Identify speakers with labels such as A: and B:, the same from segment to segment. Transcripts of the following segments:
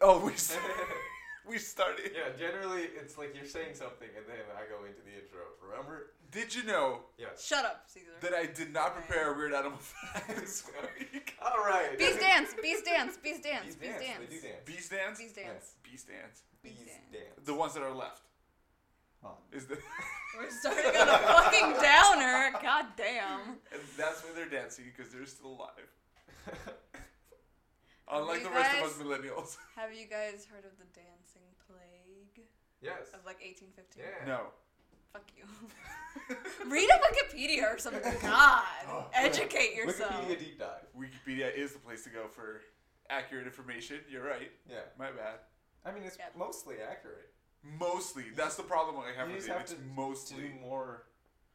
A: Oh, we s- we started.
B: Yeah, generally it's like you're saying something and then I go into the intro. Remember?
A: Did you know
B: Yes.
C: Shut up, Caesar.
A: that I did not prepare a weird animal fact this week?
B: All right.
C: Bees dance, bees dance, bees dance,
B: Bees
C: bees
B: dance.
C: dance.
B: They do dance.
A: Bees dance.
C: Bees dance.
A: Bees dance.
C: Bees
B: Bees
C: dance.
B: dance.
A: The ones that are left
B: Oh.
A: is the.
C: We're starting on a fucking downer. God damn.
A: and that's when they're dancing because they're still alive. Unlike
C: You
A: the rest
C: guys-
A: of us millennials.
C: Have you guys heard of the dancing plague
B: yes.
C: of like 1815?
B: Yeah.
A: No.
C: Fuck you. Read a Wikipedia or something. God. Educate yourself.
B: Oh, Wikipedia deep dive.
A: Wikipedia is the place to go for accurate information. You're right.
B: Yeah.
A: My bad.
B: I mean, it's
C: Yep.
B: mostly accurate.
A: Mostly. That's the problem I have
B: you
A: with
B: just
A: it.
B: have
A: It's
B: to
A: mostly.
B: do more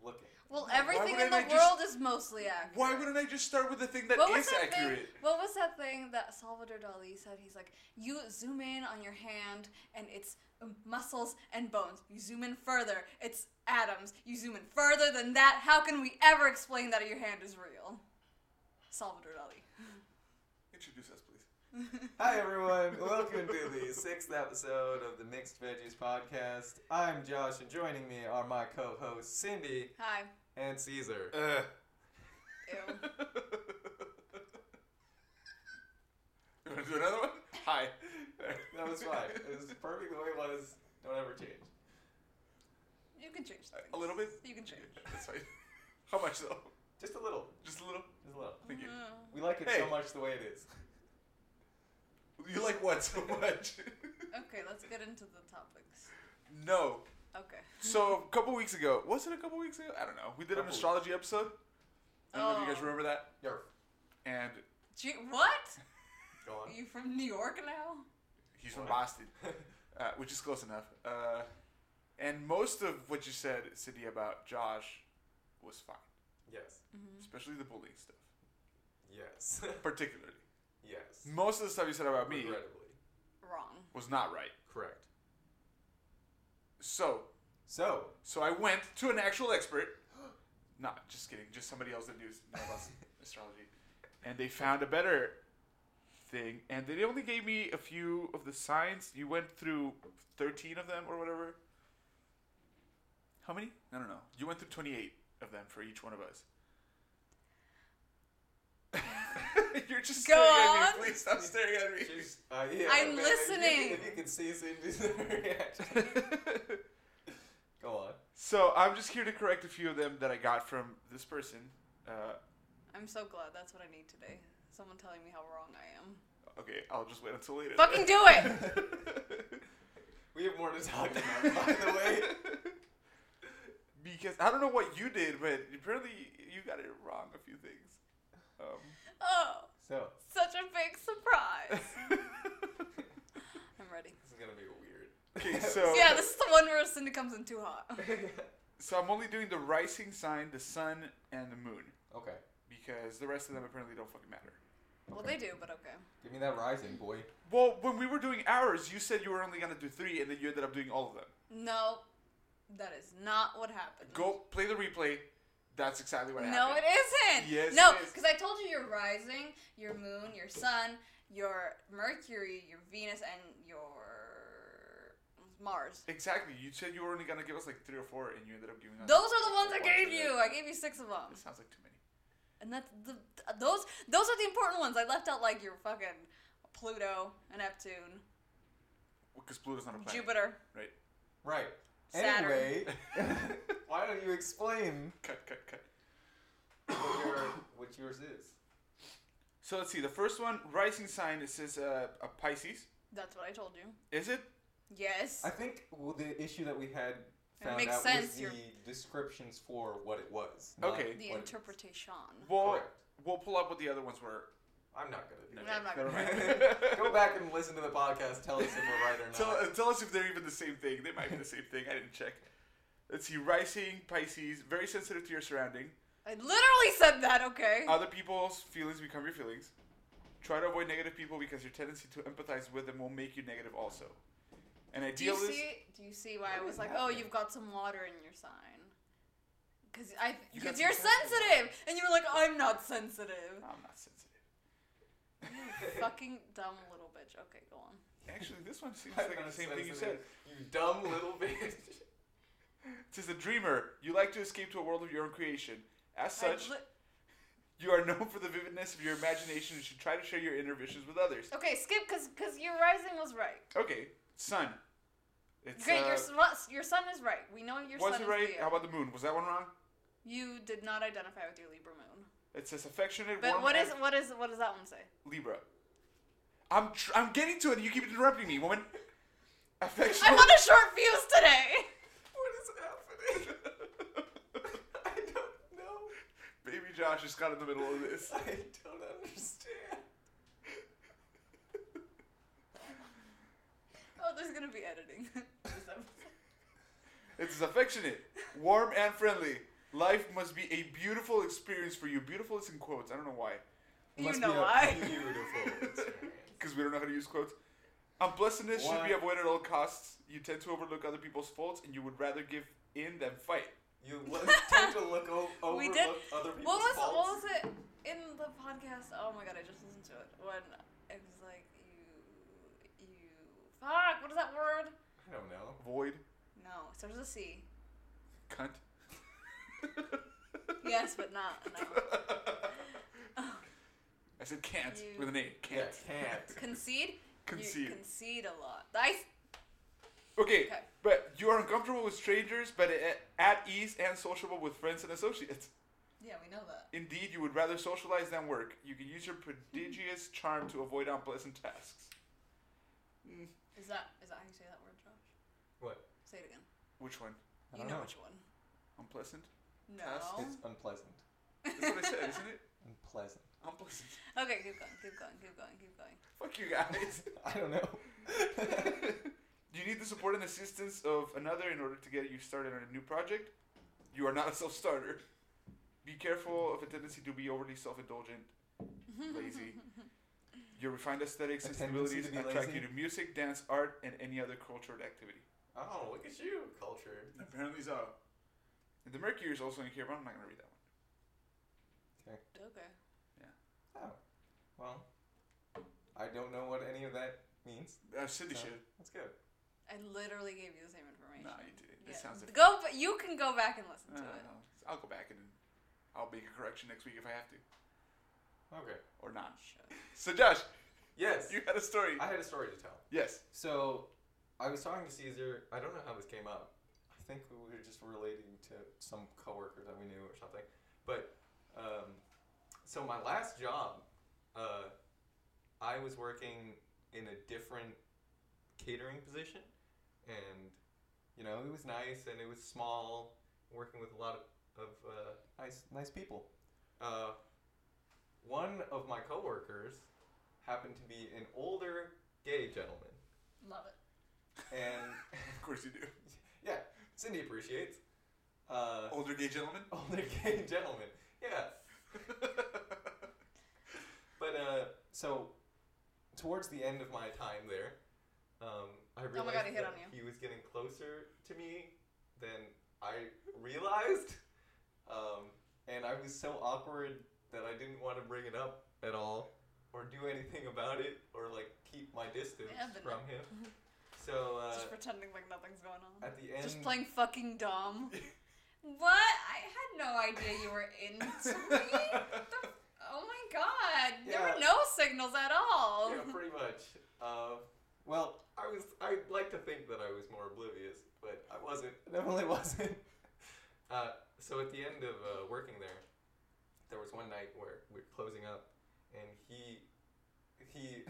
B: looking.
C: Well,
A: Why
C: everything in
A: wouldn't
C: the
A: I just-
C: world is mostly accurate.
A: Why wouldn't I just start with the thing that
C: What was
A: is
C: that
A: accurate?
C: thing? What was that thing that Salvador Dali said? He's like, you zoom in on your hand, and it's um, muscles and bones. You zoom in further, it's atoms. You zoom in further than that. How can we ever explain that your hand is real? Salvador Dali.
A: Introduce us, please.
B: Hi everyone, welcome to the sixth episode of the Mixed Veggies podcast. I'm Josh, and joining me are my co-hosts Cindy
C: Hi.
B: and Caesar.
A: Uh.
C: Ew.
A: you want to do another one? Hi.
B: That was fine. It was perfect the way it was. Don't ever change.
C: You can change. Things.
A: A little bit?
C: You can change.
A: That's fine. How much though?
B: Just a little.
A: Just a little?
B: Just a little.
A: Thank you.
C: Mm.
B: We like it
A: Hey.
B: so much the way it is.
A: You like what so much?
C: Okay, let's get into the topics.
A: no.
C: Okay.
A: So a couple weeks ago, was it a couple weeks ago? I don't know. We did an
B: Couple
A: astrology episode. I don't know if you guys
C: Oh.
A: remember that.
B: Yarf.
A: And
C: Gee, what?
B: Go
C: Are you from New York now?
A: he's from
B: Wow.
A: Boston,
B: on.
A: uh, which is close enough. Uh, and most of what you said, Cindy, about Josh was fine,
B: yes.
A: especially the bullying stuff,
B: Yes.
A: particularly.
B: yes.
A: Most of the stuff you said about me
B: Regrettably.
C: Wrong.
A: was not right.
B: Correct.
A: So,
B: So,
A: so I went to an actual expert. Not just kidding, just somebody else that knew about astrology, and they found a better thing. And they only gave me a few of the signs. You went through thirteen of them or whatever. How many? I don't know. You went through twenty-eight of them for each one of us. You're just
C: Go
A: staring at
C: on.
A: me. Please stop staring at me.
B: she's, uh, yeah,
C: I'm
B: if you-
C: listening.
B: If you, can see Cindy's reaction. Go on.
A: so I'm just here to correct a few of them that I got from this person. Uh,
C: I'm so glad that's what I need today. Someone telling me how wrong I am.
A: Okay, I'll just wait until later.
C: Fucking do it!
B: We have more to talk about, by the way.
A: because I don't know what you did, but apparently you got it wrong a few things. Um,
C: Oh,
B: So,
C: such a big surprise. I'm ready.
B: this is going to be weird.
A: Okay, so-
C: Yeah, this is the one where Cindy comes in too hot.
A: so I'm only doing the rising sign, the sun, and the moon
B: okay.
A: because the rest of them apparently don't fucking matter.
C: Well, they do, but okay.
B: Give me that rising, boy.
A: Well, when we were doing ours, you said you were only gonna do three, and then you ended up doing all of them.
C: No, that is not what happened.
A: Go play the replay. That's exactly what
C: No,
A: happened.
C: it isn't.
A: Yes,
C: no,
A: it is.
C: because I told you your rising, your moon, your sun, your Mercury, your Venus, and your Mars.
A: Exactly. You said you were only gonna give us like three or four, and you ended up giving us.
C: Those are the ones I
A: Watch
C: gave
A: it.
C: you. I gave you six of them.
A: It sounds like too many.
C: And that's the th- those those are the important ones. I left out like your fucking Pluto and Neptune,
A: Because Pluto's not a planet.
C: Jupiter.
A: Right.
B: Right.
C: Saturn.
B: Anyway, why don't you explain
A: Cut, cut, cut.
B: what, your, what yours is?
A: So let's see. The first one, rising sign, it says uh, a Pisces.
C: That's what I told you.
A: Is it?
C: Yes.
B: I think well, the issue that we had
C: It
B: found
C: makes
B: out
C: sense,
B: was
C: you're-
B: the descriptions for what it was.
A: Okay.
C: the
B: what it-
C: interpretation.
A: Well,
B: Correct.
A: we'll pull up what the other ones were.
B: I'm not gonna do
C: I'm
B: that.
C: not
A: Never
C: gonna-
A: mind.
B: Go back and listen to the podcast. Tell us if we're right or not.
A: Tell, uh, tell us if they're even the same thing. They might be the same thing. I didn't check. Let's see. Rising Pisces, very sensitive to your surrounding.
C: I literally said that. Okay.
A: Other people's feelings become your feelings. Try to avoid negative people because your tendency to empathize with them will make you negative also. An
C: do you
A: idealist.
C: see? Do you see why I
B: What
C: was
B: is
C: like, oh,
B: happening?
C: you've got some water in your sign? Because I
A: You got
C: because
A: some
C: you're
A: sensitive.
C: sensitive, and you were like, I'm not sensitive.
A: I'm not sensitive.
C: fucking dumb little bitch. Okay, go on.
A: Actually, this one seems
B: I
A: like the
B: thought
A: same
B: it
A: thing you
B: says
A: said.
B: it. You dumb little bitch.
A: Tis a dreamer. You like to escape to a world of your own creation. As
C: I
A: such,
C: li-
A: you are known for the vividness of your imagination and should try to share your inner visions with others.
C: okay, skip because because your rising was right.
A: Okay, sun. It's,
C: Great,
A: uh,
C: your s- your son is right. We know your
A: was
C: son
A: it
C: is
A: right?
C: Leo.
A: How about the moon? Was that one wrong?
C: you did not identify with your Libra moon.
A: It says affectionate.
C: But
A: warm
C: what
A: and-
C: is what is what does that one say?
A: Libra? I'm tr- I'm getting to it. You keep interrupting me, woman.
C: I'm
A: Affectionate.
C: on a short fuse today.
B: What is happening? I don't know.
A: Baby Josh is caught in the middle of this.
B: I don't understand.
C: Oh, there's gonna be editing. This episode.
A: It is affectionate, warm, and friendly. Life must be a beautiful experience for you. Beautiful is in quotes. I don't know why.
C: you
B: Must
C: know
B: be a
C: why.
B: Beautiful experience.
A: because we don't know how to use quotes. Unpleasantness should
B: Why?
A: be avoided at all costs. You tend to overlook other people's faults, and you would rather give in than fight.
B: You look, tend to look o- overlook
C: We did-
B: other people's
C: What was
B: faults.
C: what was it in the podcast? Oh my god, I just listened to it when it was like you you fuck. What is that word?
B: I don't know.
A: Void,
C: No, it starts with a C.
A: cunt.
C: Yes, but not no.
A: I said can't
C: You-
A: with an A. Can't.
B: Yeah, can't.
C: Concede.
A: Concede.
C: You concede a lot. I
A: Okay,
C: Okay.
A: but you are uncomfortable with strangers, but a- at ease and sociable with friends and associates.
C: yeah, we know that.
A: Indeed, you would rather socialize than work. You can use your prodigious charm to avoid unpleasant tasks. Mm,
C: Is that is that how you say that word, Josh?
B: What?
C: Say it again.
A: Which one?
B: I
C: You
B: don't
C: know
B: know.
C: which one.
A: Unpleasant?
B: Task
C: No.
B: is unpleasant.
A: That's what I said, isn't it?
B: Unpleasant.
A: Unpleasant.
C: Okay, keep going, keep going, keep going, keep going.
A: Fuck you guys.
B: I don't know.
A: you need the support and assistance of another in order to get you started on a new project. You are not a self starter. Be careful of a tendency to be overly self indulgent, lazy. Your refined aesthetics
B: A
A: and
B: tendency
A: sensibilities
B: to be
A: attract
B: lazy?
A: you to music, dance, art, and any other cultured activity.
B: oh, look at you, culture.
A: Apparently so. And the Mercury is also in here, but I'm not going to read that one.
C: Okay.
B: Oh, well, I don't know what any of that means.
A: Uh, Cindy
B: So,
A: should.
B: That's good.
C: I literally gave you the same information.
A: Nah, you didn't. It
C: Yeah.
A: sounds different.
C: Go, but you can go back and
A: I
C: listen to
B: Uh,
A: don't
C: it.
A: know. I'll go back and I'll make a correction next week if I have to.
B: Okay.
A: Or not.
C: Sure.
A: So, Josh,
B: Yes,
A: you had a story.
B: I had a story to tell.
A: Yes.
B: So, I was talking to Caesar. I don't know how this came up. I think we were just relating to some coworker that we knew or something. But, um, so my last job, uh, I was working in a different catering position, and you know it was nice and it was small, working with a lot of, of uh, nice nice people. Uh, one of my coworkers happened to be an older gay gentleman
C: Love it.
B: and
A: Of course you do.
B: yeah, Cindy appreciates uh,
A: Older gay gentleman?
B: older gay gentlemen. Yeah, but uh, so towards the end of my time there, um, I realized
C: Oh my God, he hit
B: that
C: on
B: he was getting closer to me than I realized, um, and I was so awkward that I didn't want to bring it up at all or do anything about it or like keep my distance
C: Yeah, but-
B: from him. So uh,
C: just pretending like nothing's going on.
B: at the end,
C: Just playing fucking dumb. what? I had no idea you were into me. Oh my god. There
B: Yeah.
C: were no signals at all.
B: Yeah, pretty much. Uh, well, I was. I like to think that I was more oblivious, but I wasn't. Definitely wasn't. Uh, so at the end of uh, working there, there was one night where we were closing up, and he, he,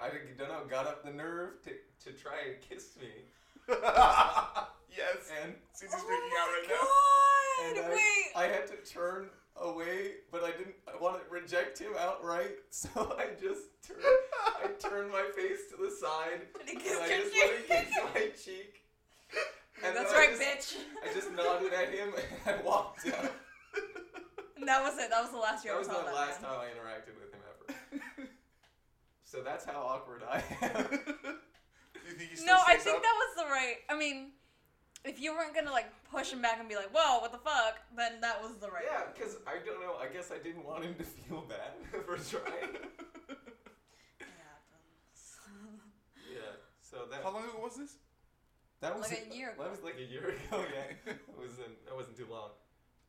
B: I don't know, got up the nerve to, to try and kiss me,
A: yes.
B: and
A: Susie's
C: Oh
A: freaking out right now.
C: my
B: and
C: god.
B: I,
C: Wait.
B: I had to turn away, but I didn't want to reject him outright, so I just turned, I turned my face to the side,
C: And he
B: and
C: kissed
B: I
C: your
B: just let
C: cheek.
B: him kiss my cheek. And
C: That's
B: then I
C: right,
B: just-
C: bitch.
B: I just nodded at him and I walked out.
C: And that was it. That was the last year
B: That was
C: I
B: the
C: saw that
B: last
C: man.
B: time I interacted with him ever. So that's how awkward I am.
A: Do you think he still
C: No, I
A: stays
C: think
A: up?
C: that was the right. I mean, if you weren't gonna like push him back and be like, "Whoa, what the fuck," then that was the right.
B: Yeah, because I don't know. I guess I didn't want him to feel bad for trying.
A: was this?
B: That was
C: Like a year
B: That was like a year ago. Yeah, it wasn't. That wasn't too long.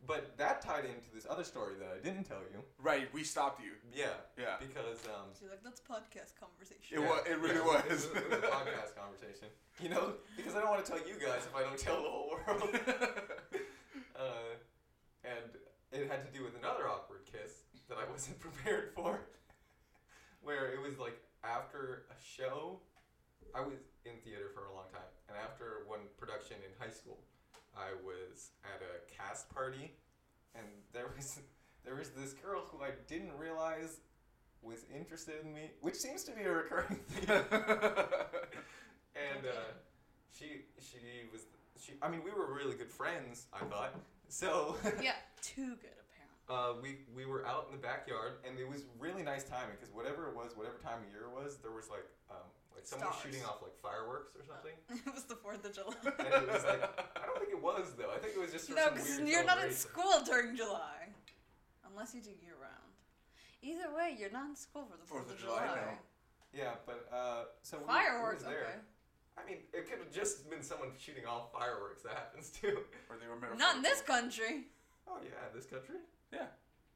B: But that tied into this other story that I didn't tell you.
A: Right, we stopped you.
B: Yeah,
A: Yeah.
B: because um,
C: She's like, that's podcast conversation.
A: It
B: yeah,
A: wa- it really
B: yeah,
A: was.
B: It was, a- it was a podcast conversation. You know, because I don't want to tell you guys if I don't tell the whole world. uh, and it had to do with another awkward kiss that I wasn't prepared for, where it was like after a show. I was in theater for a long time, and after one production in high school, I was at a cast party, and there was there was this girl who I didn't realize was interested in me, which seems to be a recurring theme. and uh, she she was she. I mean, we were really good friends. I thought so.
C: Yeah, too good apparently.
B: Uh, we we were out in the backyard, and it was really nice timing because whatever it was, whatever time of year it was, there was like um, like someone
C: Stars.
B: shooting off like fireworks or something.
C: it was the Fourth of July.
B: and it was like I don't think it was though. I think it was just for
C: no,
B: some
C: because
B: weird
C: you're not in
B: celebration.
C: school during July, unless you do year round. Either way, you're not in school for the
A: Fourth of
C: Fourth of
A: July,
C: July.
B: Yeah, but uh, so we were- we
C: Fireworks,
B: was
C: okay.
B: there. I mean, it could have just been someone shooting off fireworks. That happens too.
A: or they were metaphorical.
C: Not in this country.
B: Oh yeah, this country.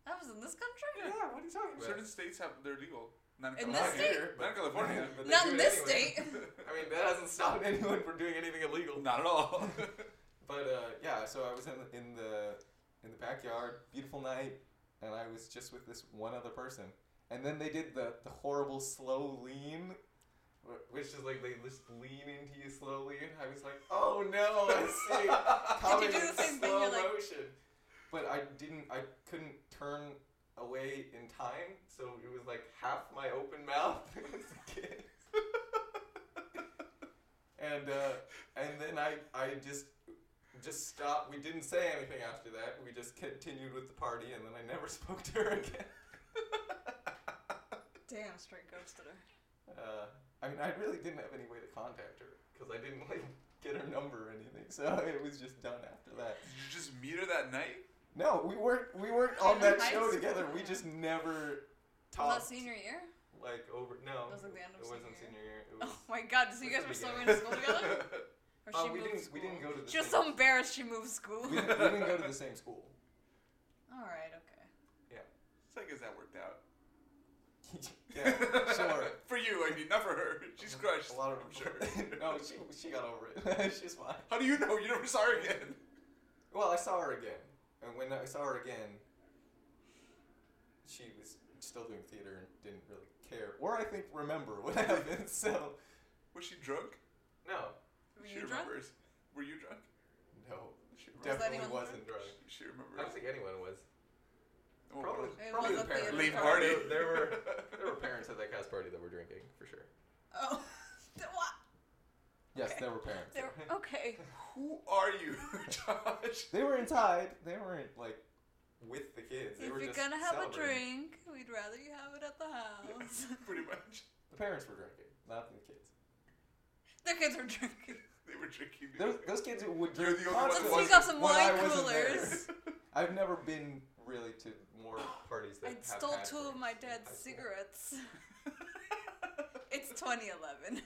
C: That was in this
B: Yeah,
C: country.
B: what are you talking about?
A: Certain states have they're legal. Not in
C: In
A: California.
C: this state?
A: Not in California.
B: but they
C: Not
B: do
C: in
B: it
C: this
B: anyway.
C: state.
B: I mean, that hasn't stopped anyone from doing anything illegal.
A: Not at all.
B: But uh, yeah, so I was in the, in the in the backyard, beautiful night, and I was just with this one other person. And then they did the, the horrible slow lean, wh- which is like they just lean into you slowly, and I was like, oh no, I see. Comedy
C: do the
B: in
C: same thing?
B: slow
C: You're like-
B: motion. But I didn't. I couldn't turn away in time, so it was like half my open mouth. was a kiss. and uh, and then I I just just stopped. We didn't say anything after that. We just continued with the party, and then I never spoke to her again.
C: Damn, straight ghosted her.
B: Uh, I mean, I really didn't have any way to contact her because I didn't like get her number or anything. So it was just done after that.
A: Did you just meet her that night?
B: No, we weren't we weren't
C: In
B: on that
C: high
B: show
C: school.
B: together. We just never
C: Was that
B: talked.
C: senior year?
B: Like over no,
C: That was, like, the end of
B: it wasn't
C: senior
B: senior year. It was.
C: Oh my god, so you guys were still going to school together? Or
B: Uh,
C: she
B: we
C: moved
B: didn't
C: school?
B: we didn't go to the
C: She was
B: same,
C: so embarrassed she moved school.
B: we, didn't, we didn't go to the same school.
C: Alright, okay.
A: So I guess that worked out.
B: yeah, sure.
A: for you, I mean, not for her. She's crushed.
B: A lot of
A: I'm sure.
B: no, she she got over it. She's fine.
A: How do you know? You never saw her again.
B: Well, I saw her again, and when I saw her again, she was still doing theater and didn't really care, or I think remember what happened. So
A: Was she drunk?
B: no,
C: Were
A: she
C: you drunk?
A: remembers. Were you drunk?
B: no,
A: She remembers.
C: that
B: definitely
C: anyone
B: wasn't drunk.
A: She
B: I don't
A: remembers.
B: think anyone was.
A: Oh,
B: Probably,
A: well.
C: It
B: probably
C: was
B: the
C: a
B: parents.
C: theater
A: Leave party.
B: There, there were there were parents at that cast party that were drinking for sure.
C: Oh. Th- what?
B: Yes,
C: Okay.
B: there were parents.
C: They were- oh. okay.
A: Who are you, Josh?
B: They were inside. They weren't like with the kids. They
C: if
B: were
C: you're
B: just
C: gonna have a
B: celebrating.
C: drink, we'd rather you have it at the house.
A: Pretty much.
B: the parents were drinking, not the kids.
C: Their kids were drinking.
A: They were drinking.
B: Those, those kids would
A: You're
B: drink.
A: the only one
C: Let's
A: who
B: constantly
A: wasn't-
C: sneak up some
B: when I
C: wine
B: wasn't there.
C: coolers.
B: I've never been really to more parties that
C: I
B: have
C: stole
B: had
C: two of
B: drinks
C: my
B: in
C: dad's
B: high school.
C: cigarettes. It's 2011.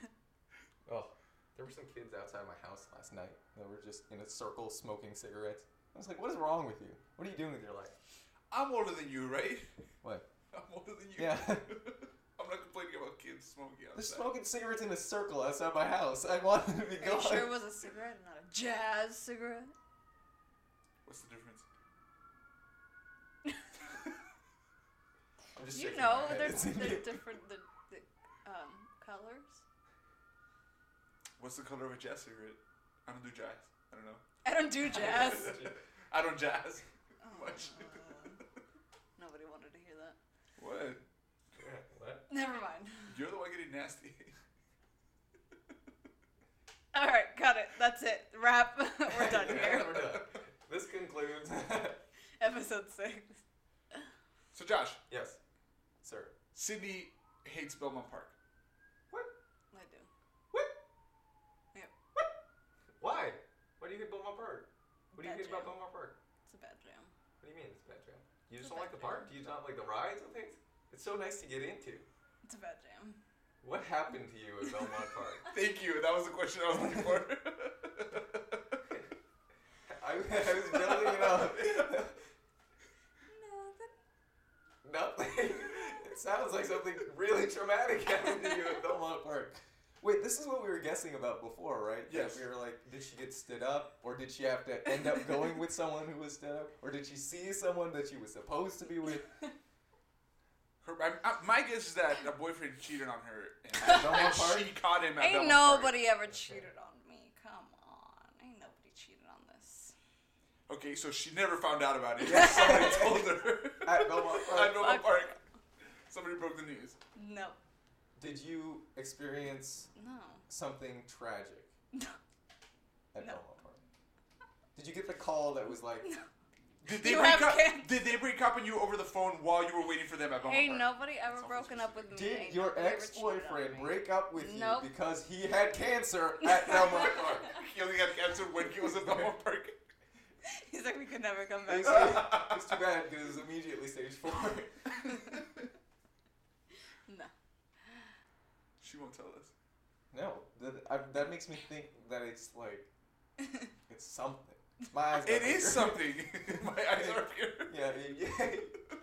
B: Oh, there were some kids outside my house last night that were just in a circle smoking cigarettes. I was like, "What is wrong with you? What are you doing with your life?"
A: I'm older than you, right?
B: What?
A: I'm older than you.
B: Yeah.
A: I'm not complaining about kids smoking
B: They're
A: outside.
B: smoking cigarettes in a circle outside my house. I wanted to be
C: Are
B: gone.
C: you sure it was a cigarette and not a jazz cigarette?
A: What's the difference?
B: I'm just
C: you
B: shaking
C: know,
B: my head.
C: they're,
B: It's-
C: they're different the, the um, colors.
A: What's the color of a jazz cigarette? I don't do jazz. I don't know.
C: I don't do jazz.
A: I don't jazz. Much.
C: Uh, nobody wanted to hear that.
A: What?
B: What?
C: Never mind.
A: You're the one getting nasty.
C: All right, got it. That's it. Wrap. We're done
B: Yeah,
C: here.
B: we're done. This concludes.
C: Episode six.
A: So Josh,
B: yes, sir.
A: Sydney hates Belmont Park.
C: I do.
B: What?
C: Yep.
B: What? Why? What do you hate about my park? What do you
C: Bad
B: hate about
C: jam.
B: Belmont Park?
C: It's a bad jam.
B: What do you mean it's a bad jam? You just
C: It's a
B: don't like
C: bad
B: the park? Do you not like the rides and things? It's so nice to get into.
C: It's a bad jam.
B: What happened to you at Belmont Park?
A: Thank you. That was the question I was looking for.
B: I, I was building it up. Nothing. It sounds like something really traumatic happened to you at Belmont Park. Wait, this is what we were guessing about before, right? That
A: Yes.
B: we were like, did she get stood up, or did she have to end up going with someone who was stood up, or did she see someone that she was supposed to be with?
A: Her, I, I, my guess is that a boyfriend cheated on her,
B: At
A: and,
B: Belmont
A: and
B: Park?
A: she caught him. At
C: Ain't
A: Belmont Park.
C: nobody ever cheated on me. Come on. Ain't nobody cheated on this.
A: Okay, so she never found out about it. Somebody told her
B: At Belmont Park.
A: At Belmont
C: Fuck.
A: Park. Somebody broke the news.
C: No.
B: Did you experience
C: No.
B: something tragic
C: No.
B: at
C: No.
B: Belmont Park? Did you get the call that was like,
A: Did they
C: You
A: break
C: have
A: up?
C: kids.
A: Did they break up and you over the phone while you were waiting for them at Belmont
C: Ain't
A: Park?
C: nobody ever
A: That's
C: broken up with me.
B: Did
C: Ain't
B: your
C: nobody ever
B: ex
C: cheated on
B: boyfriend
C: me.
B: break up with you
C: Nope.
B: because he had cancer at Belmont Park?
A: He only got cancer when he was at Belmont Park.
C: He's like, we could never come
B: It's,
C: back.
B: it's too bad because it's immediately stage four.
C: no.
A: She won't tell us.
B: No, that, I, that makes me think that it's like it's something. My eyes. got
A: It is
B: bigger.
A: something. My eyes are here.
B: Yeah, yeah, yeah.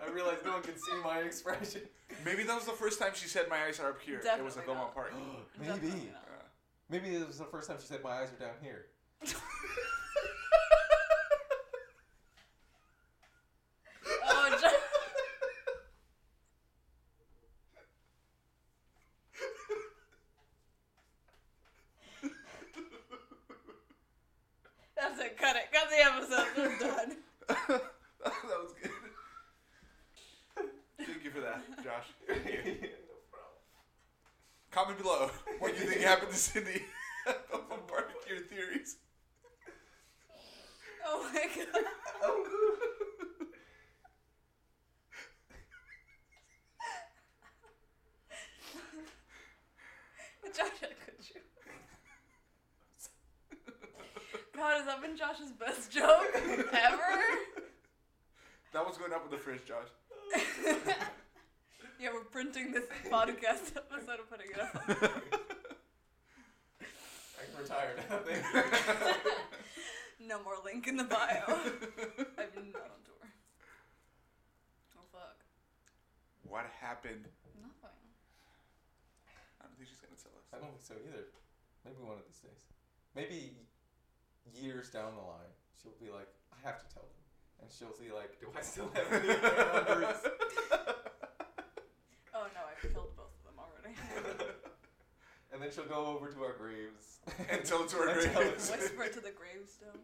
B: I realize no one can see my expression.
A: Maybe that was the first time she said my eyes are up here. it was at
C: Definitely
A: Belmont
C: not.
A: Park.
B: Maybe.
C: Definitely not.
B: Maybe this was the first time she said my eyes are down here.
C: Oh, John. That's it. Cut it. Cut the episode. We're done.
A: that was good. Thank you for that, Josh. Thank you. Comment below what you think happened to Cindy at Belmont Park. Your theories.
C: Oh my god.
B: Oh.
C: Josh, could you? God, has that been Josh's best joke ever?
A: That was going up in the fridge, Josh.
C: yeah, we're printing this podcast episode and putting it up.
B: I can retire now. Thank you.
C: No more link in the bio. I've been not on tour. Oh fuck.
A: What happened?
C: Nothing.
A: I don't think she's gonna tell us.
B: I don't think so either. Maybe one of these days. Maybe years down the line, she'll be like, I have to tell them. And she'll be like, Do I still have any of their numbers?
C: Oh no, I've killed both of them already.
B: And then she'll go over to our graves.
A: And tell it to our
B: and tell
A: graves.
B: it.
C: Whisper it to the gravestone.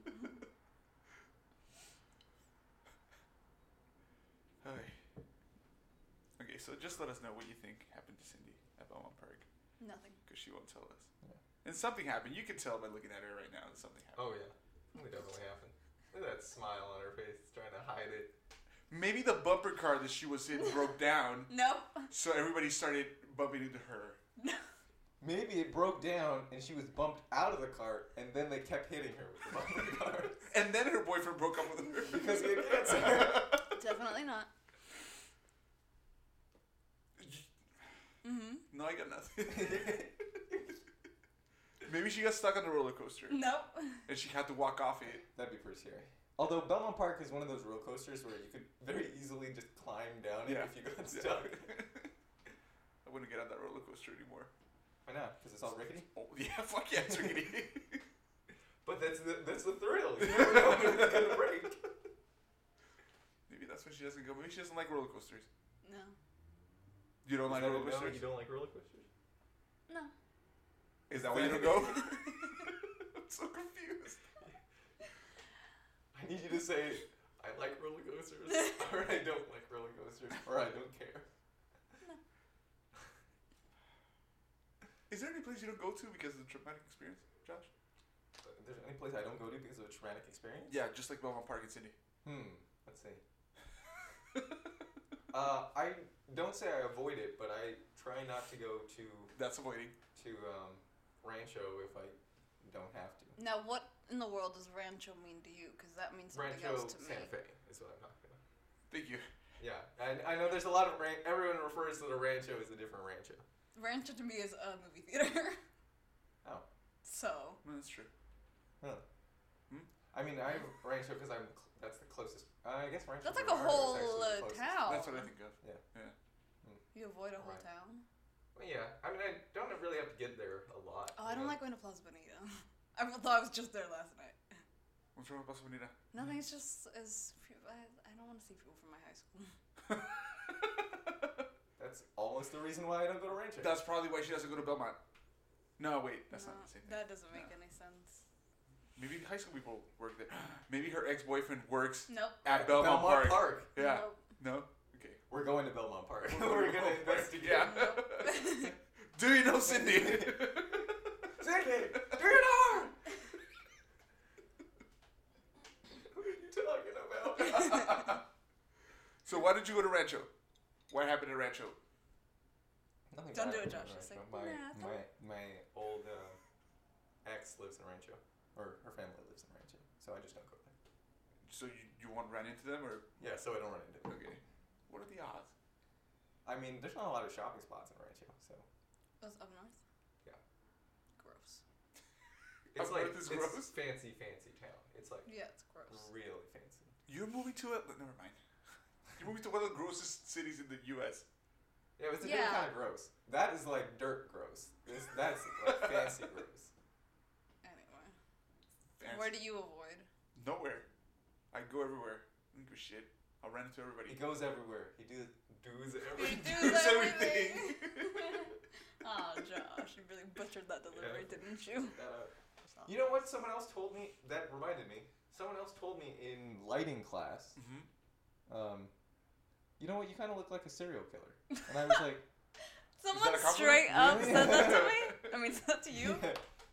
A: Okay. Okay, so just let us know what you think happened to Cindy at Belmont Park,
C: Nothing.
A: because she won't tell us.
B: Yeah.
A: And something happened. You can tell by looking at her right now that something happened.
B: Oh, yeah. It definitely happened. Look at that smile on her face, trying to hide it.
A: Maybe the bumper car that she was in broke down,
C: No.
A: so everybody started bumping into her.
B: Maybe it broke down and she was bumped out of the car, and then they kept hitting her with the bumper car.
A: And then her boyfriend broke up with her
B: Because he had cancer.
C: Definitely not. Mm-hmm.
A: No, I got nothing. Maybe she got stuck on the roller coaster
C: Nope.
A: and she had to walk off it.
B: That'd be pretty scary. Although Belmont Park is one of those roller coasters where you could very easily just climb down
A: Yeah.
B: it if you got stuck.
A: I wouldn't get on that roller coaster anymore.
B: Why not? Because it's all rickety.
A: Oh yeah, fuck yeah, it's rickety.
B: But that's the that's the thrill. You never know when it's gonna break.
A: Maybe that's why she doesn't go. Maybe she doesn't like roller coasters.
C: No.
A: You don't like roller
B: no,
A: coasters?
B: you don't like roller coasters.
C: No.
A: Is that why you don't go? I'm so confused.
B: I need you to say I like roller coasters, or I don't like roller coasters, or I don't care.
A: Is there any place you don't go to because of the traumatic experience, Josh?
B: But if there's any place I don't go to because of a traumatic experience.
A: Yeah, just like Belmont Park and Sydney.
B: Hmm. Let's see. Uh, I don't say I avoid it, but I try not to go to
A: That's avoiding.
B: to um, Rancho if I don't have to.
C: Now, what in the world does rancho mean to you? Because that means something
B: Rancho
C: else to me.
B: Santa Fe is what I'm talking about.
A: Thank you.
B: Yeah, I, I know there's a lot of ran- everyone refers to the rancho as a different rancho.
C: Rancho to me is a movie theater.
B: Oh.
C: So
A: No, that's true.
B: I mean, I have Rancho because I'm. Cl- that's the closest. Uh, I guess Rancho.
C: that's like a
B: Bernardo is actually the
C: whole uh,
B: closest.
C: town.
A: That's what I think of.
C: You avoid a whole
B: Right.
C: town.
B: Well, yeah, I mean, I don't really have to get there a lot.
C: Oh,
B: you
C: I don't
B: know?
C: like going to Plaza Bonita. I thought I was just there last night.
A: What's wrong with Plaza Bonita?
C: Nothing. It's just as I, I don't want to see people from my high school.
B: That's almost the reason why I don't go to Rancho.
A: That's probably why she doesn't go to Belmont. No, wait, that's
C: No,
A: not the same thing.
C: That doesn't
A: No.
C: make any sense.
A: Maybe high school people work there. Maybe her ex boyfriend works
C: Nope.
A: at Belmont, Park. Yeah.
C: Nope.
A: No? Okay.
B: We're going to Belmont Park. gonna
A: We're going to Belmont Park.
B: investigate.
A: Yeah.
C: Nope.
A: Do you know Cindy?
B: Sydney, do you know her? What are you talking about?
A: so why did you go to Rancho? What happened to Rancho?
B: Nothing bad
C: Don't do it,
B: happened in
C: Josh. It's
B: Rancho.
C: like,
B: my,
C: nah, don't-
B: my, my old uh, ex lives in Rancho, or her family lives in Rancho, so I just don't go there.
A: So you, you won't run into them or
B: Yeah, so I don't run into it.
A: okay. What are the odds?
B: I mean, there's not a lot of shopping spots in Rancho, so
C: Was up north.
B: Yeah.
C: Gross.
B: it's
A: I've
B: like
A: heard this
B: it's
A: gross.
B: fancy, fancy town. It's like
C: Yeah, it's gross.
B: really fancy.
A: You're moving to a never mind. You're moving to one of the grossest cities in the US.
B: Yeah, it's a
C: Yeah.
B: different kind of gross. That is like dirt gross. This, that's like fancy gross.
C: Anyway,
A: Fancy.
C: where do you avoid?
A: Nowhere. I go everywhere. I don't give a shit. I'll run into everybody.
B: He goes everywhere. He do, does
C: He
B: everything.
C: does
A: does
C: everything.
A: everything.
C: oh, Josh, you really butchered that delivery,
B: Yeah.
C: didn't you?
B: Uh, you know what? Someone else told me. That reminded me. Someone else told me in lighting class.
A: Mhm.
B: Um, you know what? You kind of look like a serial killer. And I was like,
C: Someone
A: compliment?
C: straight up
B: Really?
C: said that to me. I mean, said that to you.
B: "Yeah."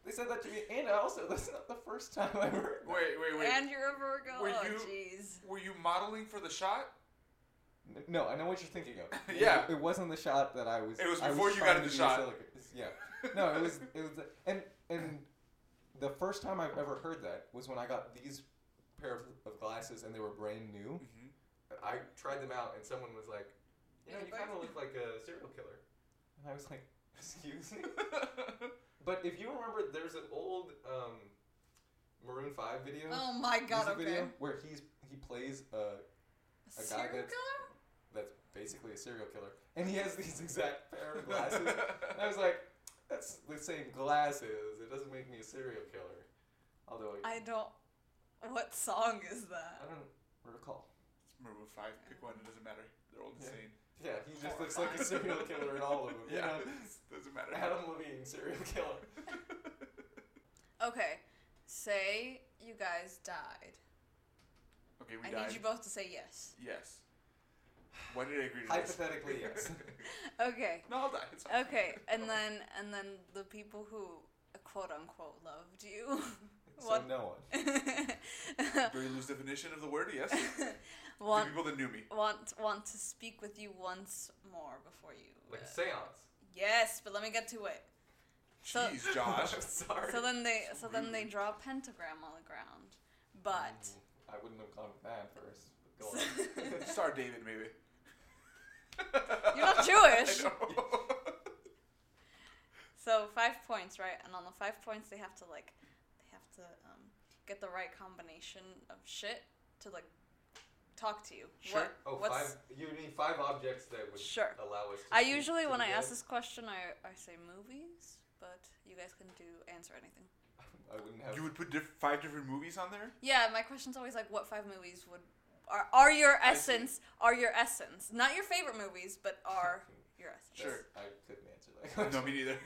B: They said that to me, and I also that's not the first time I heard. that.
A: Wait, wait, wait.
C: And you're a Virgo.
A: Were
C: oh,
A: you-
C: jeez.
A: Were you modeling for the shot?
B: N- No, I know what you're thinking of. It-
A: Yeah.
B: It, wasn't the shot that I was.
A: It was
B: I
A: before you got
B: trying
A: in
B: to
A: the
B: be a
A: shot.
B: serial killer. Yeah. No, it was it was and and the first time I've ever heard that was when I got these pair of, of glasses and they were brand new.
A: Mhm.
B: I tried them out and someone was like, "You know, you
C: Anybody?
B: kind of look like a serial killer," and I was like, "Excuse me." but if you remember, there's an old um, Maroon Five video.
C: Oh my god,
B: music
C: okay.
B: video where he's he plays a
C: A
B: guy
C: serial
B: that's-
C: killer?
B: that's basically a serial killer, and he has these exact pair of glasses. and I was like, "That's the same glasses. It doesn't make me a serial killer." Although I,
C: I don't. What song is
B: I
C: that?
B: don't recall.
A: It's Maroon 5, pick one, it doesn't matter. They're all the
B: Yeah.
A: same.
B: Yeah, he just looks like a serial killer in all of them. you
A: Yeah,
B: know?
A: doesn't matter.
B: Adam Levine, serial killer.
C: Okay, say you guys died.
A: Okay, we
C: I
A: died.
C: need you both to say yes.
A: Yes. Why did I agree to this?
B: Hypothetically, yes.
C: Okay.
A: No, I'll die. It's fine.
C: Okay, and then and then the people who quote unquote loved you.
B: so
C: What?
B: no one.
C: uh,
A: Very loose definition of the word, yes. The
C: want
A: people that knew me.
C: want want to speak with you once more before you.
B: Like
C: uh,
B: a seance.
C: yes, but let me get to it. So-
A: Jeez, Josh.
B: I'm sorry.
C: So then they
A: So
C: so then they
A: rude.
C: draw a pentagram on the ground, but
B: Mm, I wouldn't have gone with that first. but Go
C: So-
B: on.
A: Star David, maybe.
B: Oh.
C: You're not Jewish.
A: I know.
C: So five points, right? And on the five points, they have to like, they have to um, get the right combination of shit to like talk to you.
A: Sure.
C: What,
B: Oh,
C: what's
B: five. You need five objects that would
C: sure?
B: allow us. To
C: I
B: speak
C: usually
B: to
C: when
B: the
C: I ask
B: dead.
C: this question, I I say movies, but you guys can do answer anything.
B: I wouldn't have.
A: You would put diff- five different movies on there?
C: Yeah, my question's always like, what five movies would are are your
A: I see.
C: essence? Are your essence not your favorite movies, but are your essence?
A: Sure.
B: I couldn't answer that. Question.
A: No, me neither.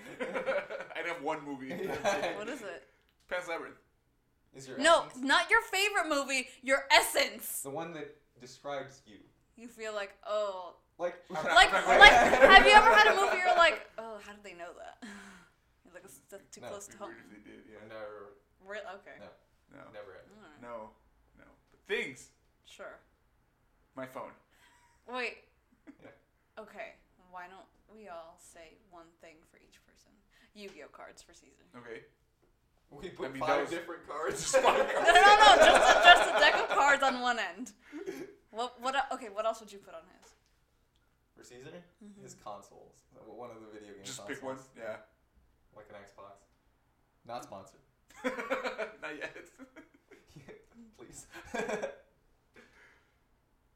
A: I'd have one movie.
B: Yeah.
C: What is it?
A: Pan's Labyrinth.
B: Is your
C: No,
B: essence
C: not your favorite movie. Your essence.
B: the one that describes you?
C: You feel like, oh,
B: Like,
A: I'm not-
C: like,
A: I'm not
B: going
C: like,
B: there.
C: have you ever had a movie where you're like, oh, how did they know that? You're like, "That's- that's too
B: No.
C: close to
A: It'd be
C: home.
A: weird if they did, yeah.
B: never,
C: Real, okay.
B: No.
A: No.
B: never. had-
C: Alright,
A: No. No. But things.
C: Sure.
A: My phone.
C: Wait.
B: Yeah.
C: Okay. Why don't we all say one thing for each person? Yu-Gi-Oh cards for season.
A: Okay.
B: We put
A: I mean, that
B: five
A: was-
B: different cards.
A: Just five
C: No, no, no, just a, just a deck of cards on one end. What, what? el- Okay, what else would you put on his?
B: for Caesar is consoles. So One of the video games.
A: Just pick one. Yeah.
B: Like an Xbox.
A: Mm.
B: Not sponsored.
A: Not yet.
B: Please.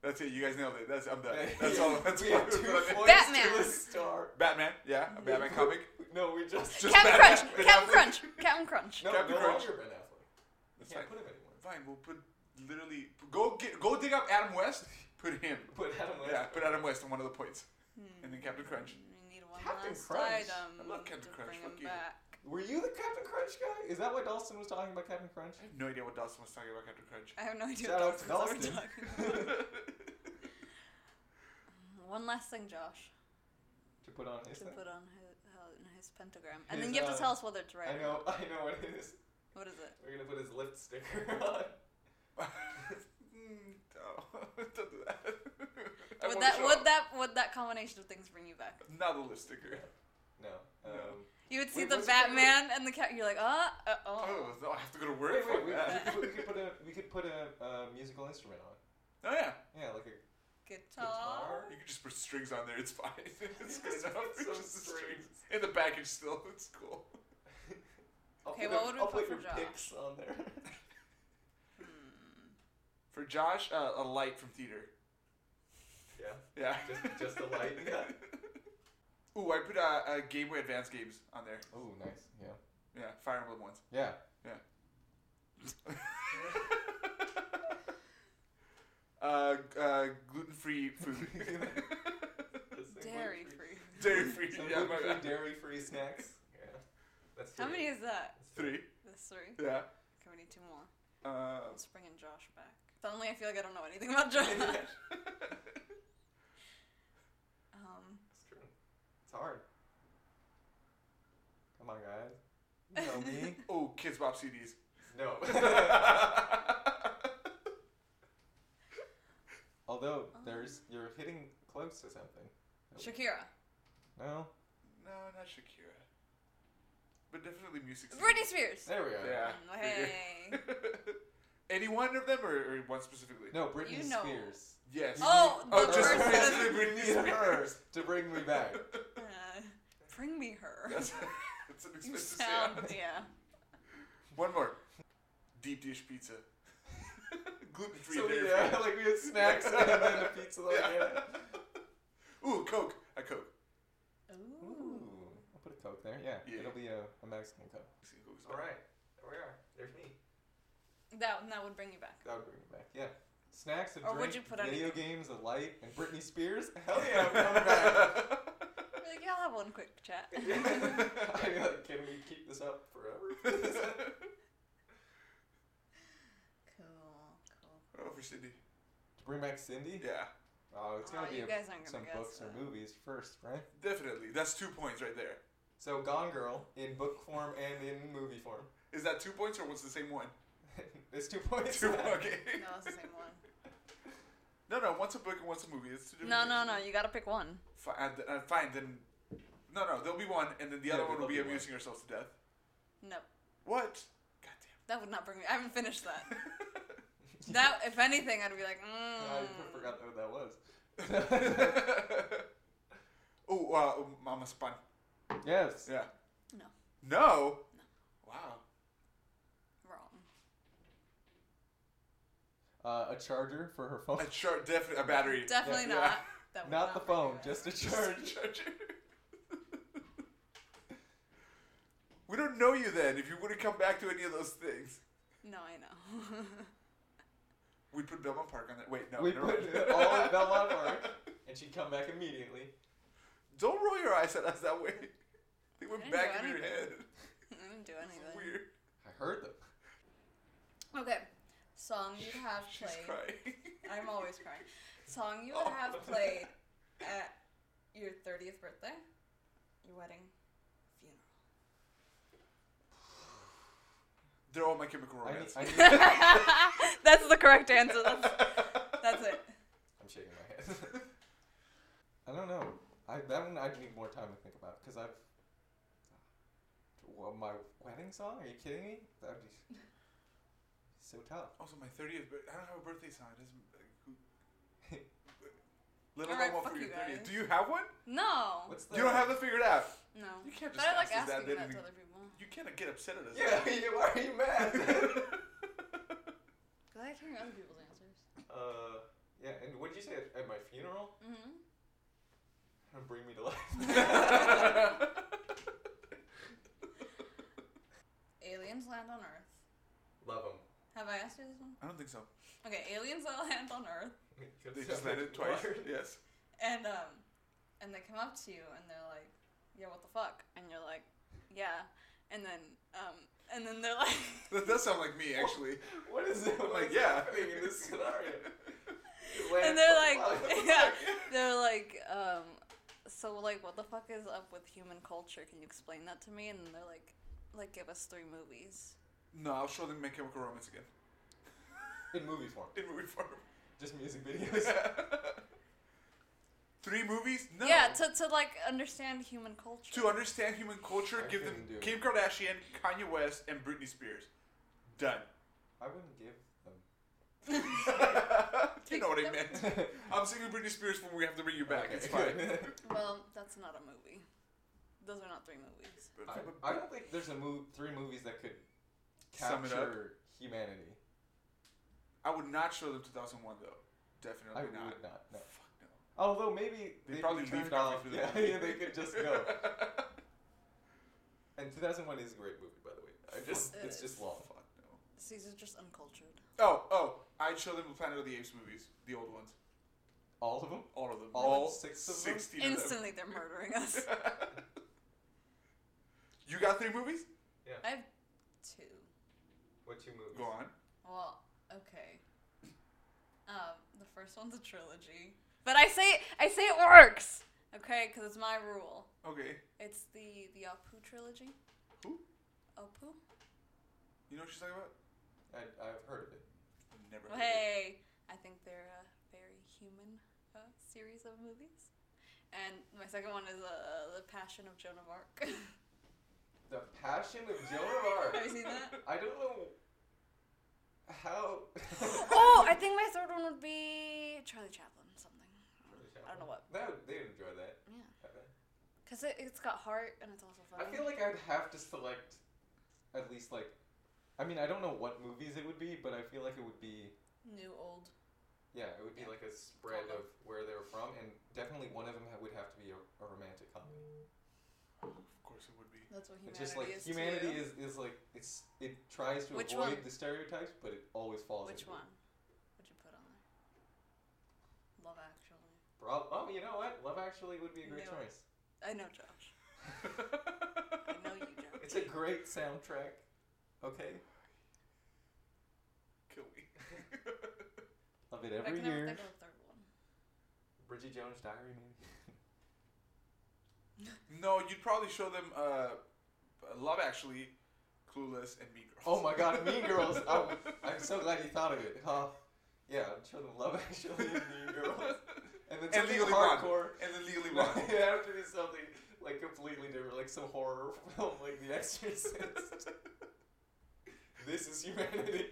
A: That's it. You guys nailed it. That's I'm done. That's all. That's
B: we
A: all.
B: have two
A: what I meant.
B: points
C: Batman.
B: to a star.
A: Batman. Yeah, a Batman comic.
B: No, we just.
A: Just
C: Captain
A: Batman.
C: Crunch,
A: Ben
C: Captain
A: Affleck.
C: Crunch, Captain Crunch.
B: no,
A: Captain
B: no
A: Crunch.
B: longer Ben Affleck.
A: That's
B: Can't
A: fine.
B: put him anymore.
A: Fine. We'll put literally go get go dig up Adam West. Put him.
B: Put Adam West.
A: Yeah. Put Adam West on one of the points,
C: Hmm.
A: and then Captain Crunch.
C: We need one
B: Captain
C: last
B: Crunch.
A: I
C: item
A: love Captain
C: to
A: Crunch,
C: bring
A: fuck
C: him
A: you.
C: back.
B: Were you the Captain Crunch guy? Is that why Dalston was talking about Captain Crunch?
A: I have no idea what Dawson was talking about Captain Crunch.
C: I have no idea
B: Shout out
C: what
B: to
C: else we're
B: Dalston.
C: talking about. One last thing, Josh,
B: To put on his
C: to
B: thing.
C: put on his, on his pentagram, and then
B: His,
C: you have to
B: uh,
C: tell us whether it's right.
B: I
C: or
B: know,
C: not.
B: I know what it is.
C: What is it?
B: We're gonna put his lift sticker on.
A: Mm, no, don't do that. I won't
C: Would that
A: show
C: would
A: up.
C: that would that combination of things bring you back?
A: not a list sticker.
B: No. Um,
A: No.
C: You would see
B: Wait,
C: the
B: what's your favorite-
C: Batman and the cat. You're like, ah, uh, oh.
A: Oh, no, I have to go to work.
B: Wait, wait,
A: for
B: we,
A: that.
B: we, could put a we could put a uh, musical instrument on.
A: Oh yeah,
B: Yeah, like a
C: guitar.
A: you can just put strings on there. It's fine. It's good
B: Just
A: enough.
B: put
A: It's
B: some
A: just the strings
B: strings.
A: in the package still. It's cool.
B: I'll
C: Okay,
B: put
C: what
B: a-
C: would we
B: I'll
C: put
B: put
C: for
B: your
C: Josh?
B: pics on there.
C: Hmm.
A: For Josh, uh, a light from theater.
B: yeah,
A: Yeah.
B: just just a light. Yeah.
A: Ooh, I put uh, uh, Game Boy Advance games on there.
B: Oh, nice. Yeah.
A: Yeah, Fire Emblem ones.
B: Yeah.
A: uh, g- uh, gluten free food.
C: Dairy free.
A: Dairy free.
B: Some
A: Yeah, my bad.
B: dairy free snacks. Yeah. That's
C: How
B: three.
C: many is that?
B: That's
A: Three.
C: That's three.
A: Yeah.
C: Okay, we need two more.
A: Uh,
C: Let's bring in Josh back. Suddenly, I feel like I don't know anything about Josh. um,
B: It's true. It's hard. Come on, guys. You know me.
A: oh, Kids Bop CDs.
B: no. Although
C: Oh.
B: there's, you're hitting close to something.
C: Shakira,
B: No.
A: No, not Shakira. But definitely music.
C: Britney Spears.
B: There we go.
A: Yeah.
C: Mm, Hey.
A: Any one of them or, or one specifically?
B: No, Britney
C: You know.
B: Spears.
A: Yes.
C: Oh,
B: You-
A: Oh,
C: the
A: just
C: person.
A: basically
B: You
A: Britney
B: need her
A: Spears.
B: to bring me back.
C: Uh, bring me her.
A: That's, that's an
C: You
A: expensive
C: sound,
A: sound.
C: yeah.
A: One more. Deep dish pizza. Gluten free.
B: So we, yeah, like we had snacks and then a pizza. Like, yeah.
A: Ooh, Coke. A Coke.
B: Ooh, I'll put a Coke there. Yeah,
A: Yeah.
B: it'll be a, a Mexican Coke.
A: Coke's
B: All right, there we are. There's me.
C: That that would bring you back.
B: That would bring me back. Yeah. Snacks, a
C: Or
B: drink,
C: would Oh, you put
B: video
C: anything?
B: games, a light, and Britney Spears. Hell
A: better.
B: yeah, I'm coming back.
C: We're like, yeah, I'll have one quick chat.
B: I'm like, can we keep this up forever?
C: Cool, cool.
A: Oh, for Sydney.
B: to bring back Cindy?
A: Yeah,
B: Oh, it's
C: Oh,
B: gonna be
C: you
B: a,
C: guys aren't gonna
B: some
C: guess
B: books
C: that.
B: or movies first, right?
A: definitely. That's two points right there.
B: So Gone Girl in book form and in movie form.
A: Is that two points or what's the same one?
B: it's two points.
A: Two. Okay.
C: No, it's the same one.
A: No, no. Once a book and once a movie. It's two different.
C: No,
A: things.
C: no, no. You gotta pick one.
A: Fi- uh, th- uh, fine. Then. No, no. There'll be one, and then the
B: Yeah,
A: other
B: but
A: one
B: there'll
A: will be
B: be one.
A: amusing ourselves to death.
C: No,
A: What? God
C: that would not bring me. I haven't finished that.
A: damn.
C: That, if anything, I'd be like,
B: I
C: mm.
B: forgot what that was.
A: oh, uh, Mama Spun.
B: yes.
A: Yeah.
C: No.
A: No. Wow.
C: Wrong.
B: Uh, a charger for her phone.
A: A char- definitely a battery.
C: Definitely
A: Yeah.
C: not.
A: Yeah.
C: That would
B: Not the
C: bring me
B: phone,
C: back.
B: just a charger.
A: Charger. we don't know you then. If you wouldn't come back to any of those things,
C: No, I know.
A: we'd put Belmont Park on that. Wait, no.
B: we
A: never
B: put
A: mind.
B: it all in Belmont Park, and she'd come back immediately.
A: Don't roll your eyes at us that way. They went
C: I didn't
A: back
C: do
A: in your
C: anything.
A: head.
C: I didn't do
A: It's
C: anything.
A: weird.
B: I heard them.
C: Okay. Song you have
A: She's
C: played.
A: crying.
C: I'm always crying. Song you would
A: Oh.
C: have played at your 30th birthday, your wedding, funeral.
A: They're all my chemical
B: I
A: romance.
B: need, I need,
C: That's the correct answer. That's, that's it.
B: I'm shaking my head. I don't know. I that one I need more time to think about because I've. Well, my wedding song? Are you kidding me? That'd be so tough.
A: also, my 30th, but I don't have a birthday song. It doesn't. Like, who, Let
C: All
A: alone
C: right,
A: one
C: fuck
A: for your
C: you
A: thirtieth.
C: guys.
A: Do you have one?
C: No.
B: What's the?
A: You don't have that figured out.
C: no.
A: You can't
C: But
A: just
C: I like
A: ask us that.
C: asking that,
A: Then
C: to
A: we-
C: other people.
A: you can't get upset at us.
B: Yeah, you, why are you mad?
C: Because I like hearing other people's answers.
B: uh, yeah, and what did you say at, at my funeral?
C: Mm-hmm.
B: Bring me to life.
C: Aliens land on Earth.
B: Love them.
C: Have I asked you this one?
A: I don't think so.
C: Okay, aliens all land on Earth,
A: They just landed twice. Yes.
C: and um, and they come up to you, and they're like, "Yeah, what the fuck?" And you're like, "Yeah," and then um, and then they're like,
A: That does sound like me, actually.
B: What is it?
A: I'm
B: Like,
A: like,
B: yeah.
A: yeah.
B: happening in this scenario?
C: and they're like, "Yeah," they're like, um, so like, what the fuck is up with human culture? Can you explain that to me? And they're like, like, give us three movies.
A: No, I'll show them My Chemical Romance again
B: In movie form,
A: in movie form.
B: just music videos.
A: Three movies? No.
C: Yeah, to to like understand human culture.
A: to understand human culture,
B: I
A: give them
B: couldn't do it.
A: Kim Kardashian, Kanye West, and Britney Spears. Done.
B: I wouldn't give them.
A: you know what I meant. I'm singing Britney Spears when we have to bring you back.
B: Okay,
A: It's fine.
B: good.
C: Well, that's not a movie. Those are not three movies.
B: I, I don't think there's a move three movies that could
A: Sum it up.
B: capture humanity.
A: I would not show them 2001 though.
B: I
A: Definitely
B: would
A: not.
B: not. No.
A: Fuck no.
B: Although maybe
A: They probably
B: could
A: leave
B: drift
A: halfway
B: off.
A: through the
B: Yeah,
A: movie.
B: yeah, they could just go. And 2001 is a great movie, by the way. I just
C: It
B: it's
C: is.
B: just long.
A: Fuck no.
C: These are just uncultured.
A: Oh, oh! I'd show them the Planet of the Apes movies, the old ones,
B: All of them.
A: all of them,
B: All
A: all
B: six of them?
A: sixteen of them.
C: Instantly, they're murdering us.
A: you got three movies?
C: I have two.
B: What two movies?
A: Go on.
C: Well, okay. Um, the first one's a trilogy, but I say I say it works. Okay, because it's my rule.
A: Okay.
C: It's the the Apu trilogy.
A: Who?
C: Apu.
A: You know what she's talking about?
B: I, I've heard of it.
A: I've never.
C: Well,
A: heard of it.
C: hey, I think they're a very human uh, series of movies. And my second one is uh, the Passion of Joan of Arc.
B: The Passion of Joan of
C: have you
B: Arc.
C: seen that?
B: I don't know how.
C: oh, I think my third one would be Charlie Chaplin something. I don't know what.
B: That would, they'd enjoy that.
C: Yeah,
B: I bet.
C: because it, it's got heart and it's also
B: I
C: funny.
B: feel like I'd have to select at least like. I mean, I don't know what movies it would be, but I feel like it would be.
C: new old.
B: Yeah, it would be
C: Yeah.
B: like a spread
C: Combo.
B: of where they were from, and definitely one of them ha- would have to be a, a romantic comedy.
A: Of course it would be.
C: That's what
B: It's
C: humanity
B: just like
C: is.
B: humanity
C: to you.
B: is, is like it's it tries to
C: Which
B: avoid
C: one?
B: the stereotypes, but it always falls.
C: Which
B: into
C: one would you put on there? Love Actually.
B: It. Prob- oh, you know what? Love Actually would be a great
C: Knew it.
B: choice.
C: I know Josh. I know you, Josh.
B: It's a great soundtrack. Okay,
A: Kill me.
B: love it
C: But I
B: every
C: can never
B: year.
C: think of a third one.
B: Bridget Jones' Diary, maybe.
A: no, you'd probably show them uh, Love Actually, Clueless, and Mean Girls.
B: oh my God, Mean Girls! Oh, I'm so glad you thought of it. Huh? Yeah, I'm sure the Love Actually and Mean Girls, and then
A: And
B: something
A: Legally Blonde.
B: hardcore.
A: And then Legally
B: it
A: Blonde.
B: would have to be something like completely different, like some horror film, like The Exorcist. this is humanity.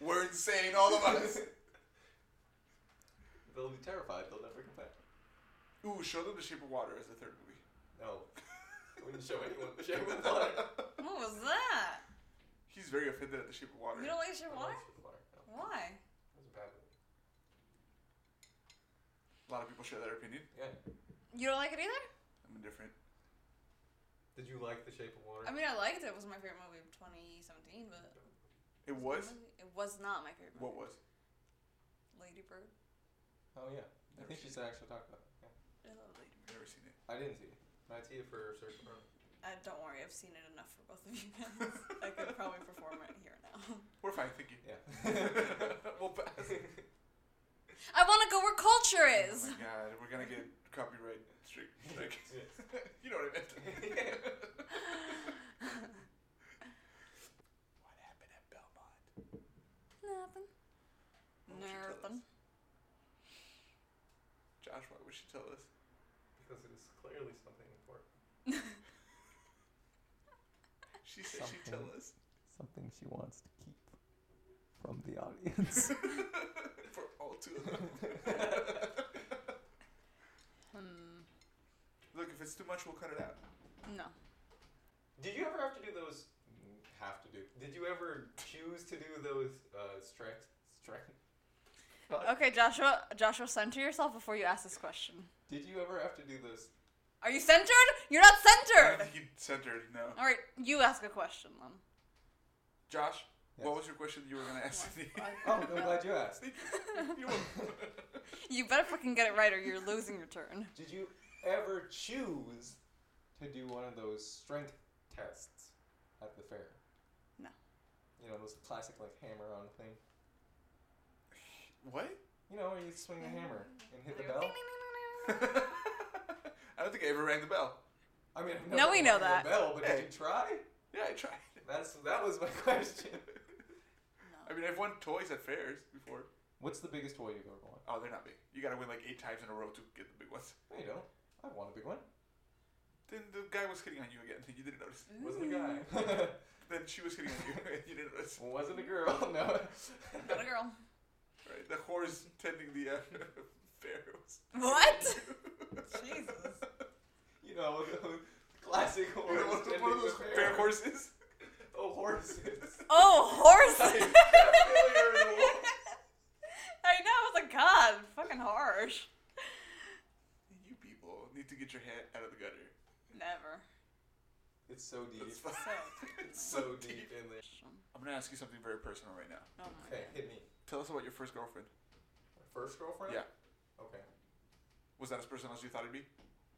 A: We're insane, all of us.
B: They'll be terrified. They'll never come back.
A: Ooh, show them The Shape of Water as the third movie.
B: No, I wouldn't show anyone the shape of water.
C: What was that?
A: He's very offended at The Shape of Water.
C: You don't like your
B: Water?
C: water?
B: No,
C: Why?
B: that's a bad movie.
A: A lot of people share that opinion.
B: Yeah.
C: You don't like it either?
A: I'm indifferent.
B: Did you like The Shape of Water?
C: I mean, I liked it. It was my favorite movie of 2017, but
A: It was?
C: it was not my favorite.
A: What
C: Movie.
A: was?
C: Lady Bird.
B: oh yeah. I think she's actually talked about it. Yeah.
C: I love Lady Bird.
A: Never seen it.
B: I didn't see it. But I see it for Search for Rome.
C: Uh, don't worry, I've seen it enough for both of you guys. I could probably perform it here now.
A: We're fine, thank you.
B: Yeah.
A: we'll pass.
C: I want to go where culture
A: Oh
C: is.
A: my god, we're gonna get copyright strike. strike.
B: Yeah.
A: you know what I meant. Oh What happened at Belmont?
C: Nothing.
A: Why would she tell us?
C: Nothing.
A: Josh, why would she tell us?
B: Because it was clearly something important.
A: She said she'd tell
B: Something.
A: us
B: Something she wants to keep from the audience.
A: for all two of them.
C: Hmm.
A: Look, if it's too much, we'll cut it out.
C: No.
B: Did you ever have to do those? Have to do. Did you ever choose to do those uh, strength? Strength.
C: Okay, Joshua. Joshua, center yourself before you ask this question.
B: Did you ever have to do those?
C: Are you centered? You're not
A: I don't
C: centered.
A: think you centered, no.
C: All right, you ask a question then.
A: Josh, what
B: Yes.
A: was your question you were going to ask me?
B: Oh, I'm glad you asked.
A: You were-
C: You better fucking get it right, or you're losing your turn.
B: Did you ever choose to do one of those strength tests at the fair?
C: No.
B: You know those classic like hammer-on thing.
A: what?
B: You know, where you swing the hammer and hit the bell.
A: I don't think I ever rang the bell.
B: I mean, I've
C: No,
B: never
C: we know
B: rung the
C: that.
B: Bell, but
A: Hey.
B: did you try?
A: Yeah, I tried.
B: That's that was my question.
A: I mean, I've won toys at fairs before.
B: What's the biggest toy you've ever won?
A: Oh, they're not big. You gotta win like eight times in a row to get the big ones.
B: No, you don't. I won a big one.
A: Then the guy was hitting on you again. You didn't notice.
B: Was it a guy?
A: Then she was hitting on you. and you didn't notice.
B: was it a girl? No.
C: Not a girl.
A: Right? The whores tending the uh, pharaohs.
C: What? Jesus.
B: you know, the classic
A: One
B: horse.
A: of those- one of those fair horses.
B: Oh, horses.
C: Oh, horse.
B: Failure in the world.
C: I know. I was like, God, fucking harsh.
A: You people need to get your head out of the gutter.
C: Never.
B: It's so deep.
A: That's fine.
C: So
A: It's
B: so deep in there.
A: I'm gonna ask you something very personal right now.
C: Oh my
B: Okay,
C: god.
B: hit me.
A: Tell us about your first girlfriend.
B: My first girlfriend?
A: Yeah.
B: Okay.
A: Was that as personal as you thought it'd be?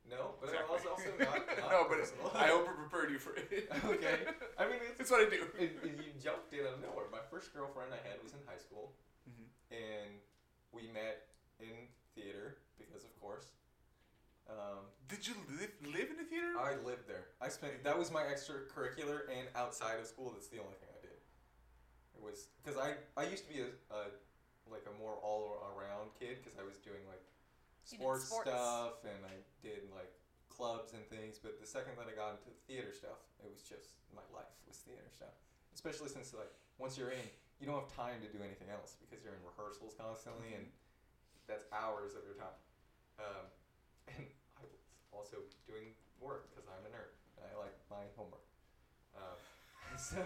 B: No, but I
A: Exactly.
B: was also not. not
A: no, but
B: personal.
A: I hope it prepared you for it.
B: okay. I mean, it's,
A: it's what I do.
B: it, it- you jumped in out of nowhere. My first girlfriend I had was in high school,
A: Mhm.
B: and we met in theater because, of course. Um,
A: Did you live live in a theater?
B: I lived there. I spent that was my extracurricular and outside of school. That's the only thing I did. It was because I I used to be a, a like a more all around kid because I was doing like
C: You did
B: sports,
C: sports.
B: stuff and I did like clubs and things. But the second that I got into theater stuff, it was just my life was theater stuff. Especially since like once you're in, you don't have time to do anything else because you're in rehearsals constantly and
C: Mm-hmm.
B: that's hours of your time. Um, and I was also doing work because I'm a nerd and I like my homework. Um, so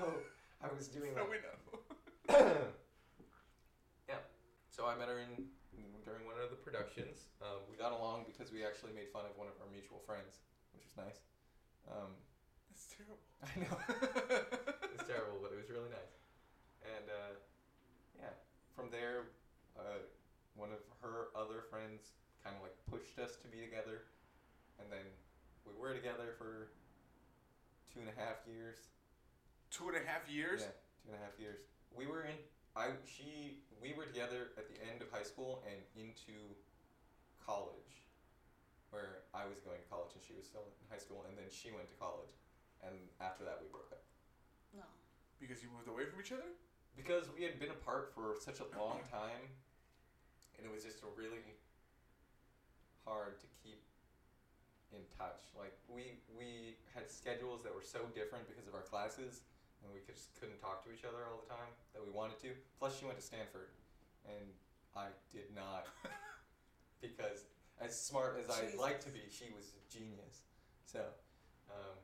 B: I was doing
A: no,
B: like,
A: we know.
B: yeah. So I met her in during one of the productions. Um, we got along because we actually made fun of one of our mutual friends, which was nice. Um,
A: That's terrible.
B: I know it's terrible, but it was really nice. And uh, yeah, from there, uh, one of her other friends kind of like pushed us to be together, and then we were together for two and a half years.
A: Two and a half years.
B: Yeah, two and a half years. We were in. I she we were together at the end of high school and into college, where I was going to college and she was still in high school, and then she went to college, and after that we broke up
C: No.
A: Because you moved away from each other.
B: because we had been apart for such a long time, and it was just a really hard to keep in touch. Like we we had schedules that were so different because of our classes, and we just couldn't talk to each other all the time that we wanted to. Plus, she went to Stanford, and I did not because as smart as I'd like to be, she was a genius. So, um,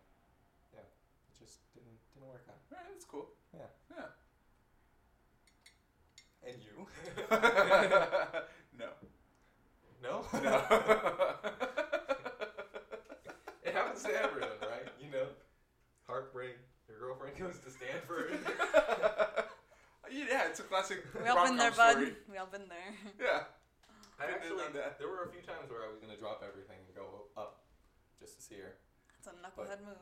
B: yeah, it just didn't didn't work out.
A: All right, that's cool.
B: Yeah.
A: Yeah.
B: And you?
A: no.
B: no.
A: No.
B: It happens to everyone, right? You know, heartbreak. Your girlfriend goes to Stanford.
A: yeah, it's a classic.
C: We all
A: rom-com
C: been there, bud.
A: story.
C: We all been there.
A: Yeah.
B: I
A: Couldn't have
B: actually,
A: done that.
B: there were a few times where I was gonna drop everything and go up just to see her.
C: It's a knucklehead move.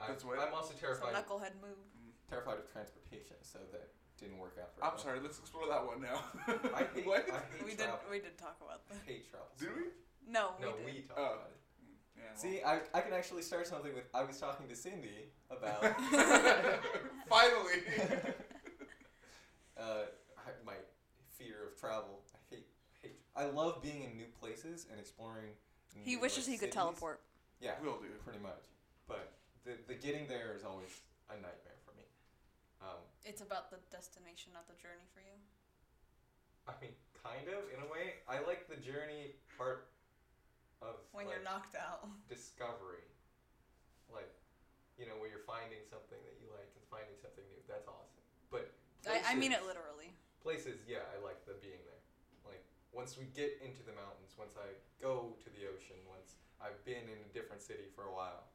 B: I,
A: That's what-
B: I'm also
C: It's a
B: terrified,
C: knucklehead move.
B: terrified of transportation, so that didn't work out for
A: I'm
B: us.
A: sorry. Let's explore that one now.
B: I hate,
A: what?
B: I hate
C: We did.
B: travel.
C: We did talk about that.
B: I hate travel.
A: Did
B: so
A: we?
B: much.
C: No, we
B: No,
C: did.
B: we, talked
A: Oh.
B: about it.
A: Yeah, well.
B: See, I, I can actually start something with I was talking to Cindy about
A: Finally.
B: uh, I- my fear of travel. I hate, hate. I love being in new places and exploring.
C: He
B: new,
C: wishes
B: like,
C: he could
B: cities.
C: teleport.
B: Yeah,
A: Will do.
B: pretty much. But the the getting there is always a nightmare for me. Um,
C: It's about the destination, not the journey for you.
B: I mean, kind of in a way. I like the journey part of
C: when
B: like,
C: you're knocked out.
B: discovery. Like, you know, where you're finding something that you like and finding something new. That's awesome. But
C: I, I mean it
B: places-
C: literally.
B: Places, yeah, I like the being there. Like once we get into the mountains, once I go to the ocean, once I've been in a different city for a while,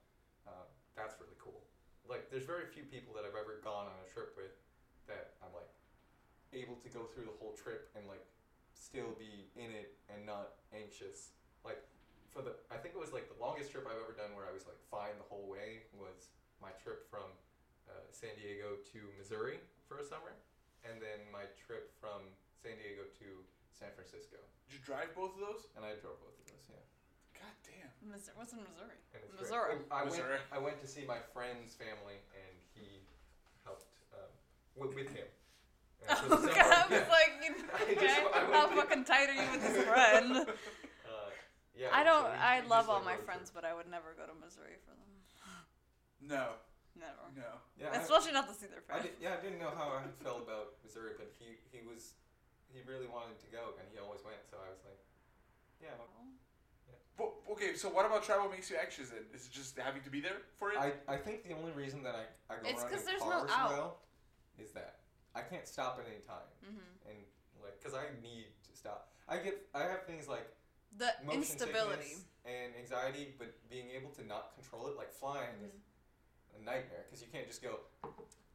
B: uh, that's really cool. Like there's very few people that I've ever gone on a trip with that I'm like able to go through the whole trip and like still be in it and not anxious. Like for the I think it was like the longest trip I've ever done where I was like fine the whole way was my trip from uh, San Diego to Missouri for a summer, and then my trip from San Diego to San Francisco,
A: Did you drive both of those?
B: and I drove both of those. Yeah,
A: God damn.
C: Missouri, what's in Missouri?
B: and it's great. And
C: Missouri.
B: I
A: Missouri.
B: went. I went to see my friend's family, and he helped um, with, with him. And so
C: Oh
B: the
C: god,
B: summer-
C: I
B: yeah.
C: was like, you
B: I
C: okay,
B: just- I
C: how
B: went-
C: fucking tight are you with this friend?
B: Uh, yeah, so
C: I don't.
B: we-
C: I
B: we just,
C: love
B: like,
C: all my
B: road trip.
C: friends, but I would never go to Missouri for them.
A: No,
C: Never.
A: no.
B: Yeah, I-
C: Especially not to see their
B: I
C: friends.
B: did, yeah, I didn't know how I felt about Missouri, but he, he was he really wanted to go, and he always went. So I was like, yeah. well,
A: But, okay, so what about travel makes you anxious? Then is it just having to be there for it?
B: I, I think the only reason that I, I go
C: It's
B: around
C: 'cause
B: in
C: there's no
B: cars
C: out.
B: well is that I can't stop at any time,
C: Mm-hmm.
B: and like because I need to stop. I get I have things like
C: The
B: motion
C: instability.
B: sickness and anxiety, but being able to not control it, like flying, is
C: Mm-hmm.
B: a nightmare because you can't just go.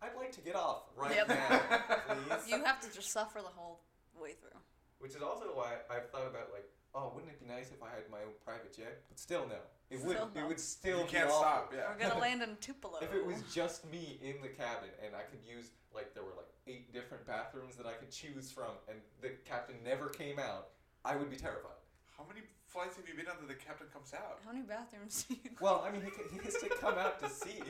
B: I'd like to get off right
C: Yep.
B: now, please.
C: You have to just suffer the whole way through.
B: Which is also why I've thought about like, oh, wouldn't it be nice if I had my own private jet? But still, no. It would.
C: Still
B: It
C: no.
B: would
A: you
B: still. be
A: can't
B: awful.
A: stop. Yeah.
C: We're gonna land in Tupelo.
B: If it was just me in the cabin and I could use like there were like eight different bathrooms that I could choose from, and the captain never came out, I would be terrified.
A: How many flights have you been on that the captain comes out
C: How many bathrooms do you?
B: Well, I mean, he, c- he has to come out to see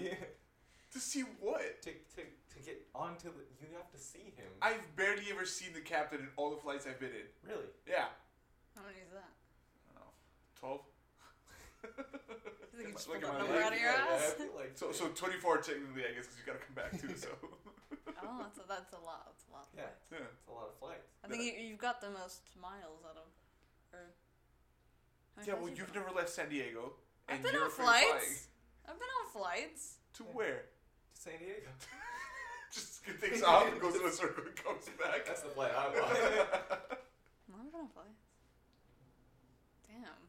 A: to see what?
B: to, to to get onto the. You have to see him.
A: I've barely ever seen the captain in all the flights I've been in.
B: really.
A: Yeah. Oh,
C: How many is that?
A: I don't know. 12?
C: You think you just
A: Look
C: pulled
A: at my
C: that number
A: leg.
C: out of your
B: Yeah,
C: ass?
B: I feel like
A: So, so 24 technically, I guess, because you got to come back too. So,
C: Oh, that's a, that's a lot. That's a lot.
B: yeah,
A: yeah.
B: it's a lot of flights.
C: I think you, you've got the most miles out of. Or, how many
A: yeah.
C: flights
A: Well,
C: you
A: you've
C: been on?
A: never left San Diego,
C: I've
A: and
C: been
A: you're
C: on
A: afraid of flying.
C: flights. I've been on flights.
A: To
B: Yeah.
A: where?
B: To San Diego.
A: Just takes off and goes in a circle and comes back.
B: That's the flight I want.
C: Well, I've been on flights. Damn.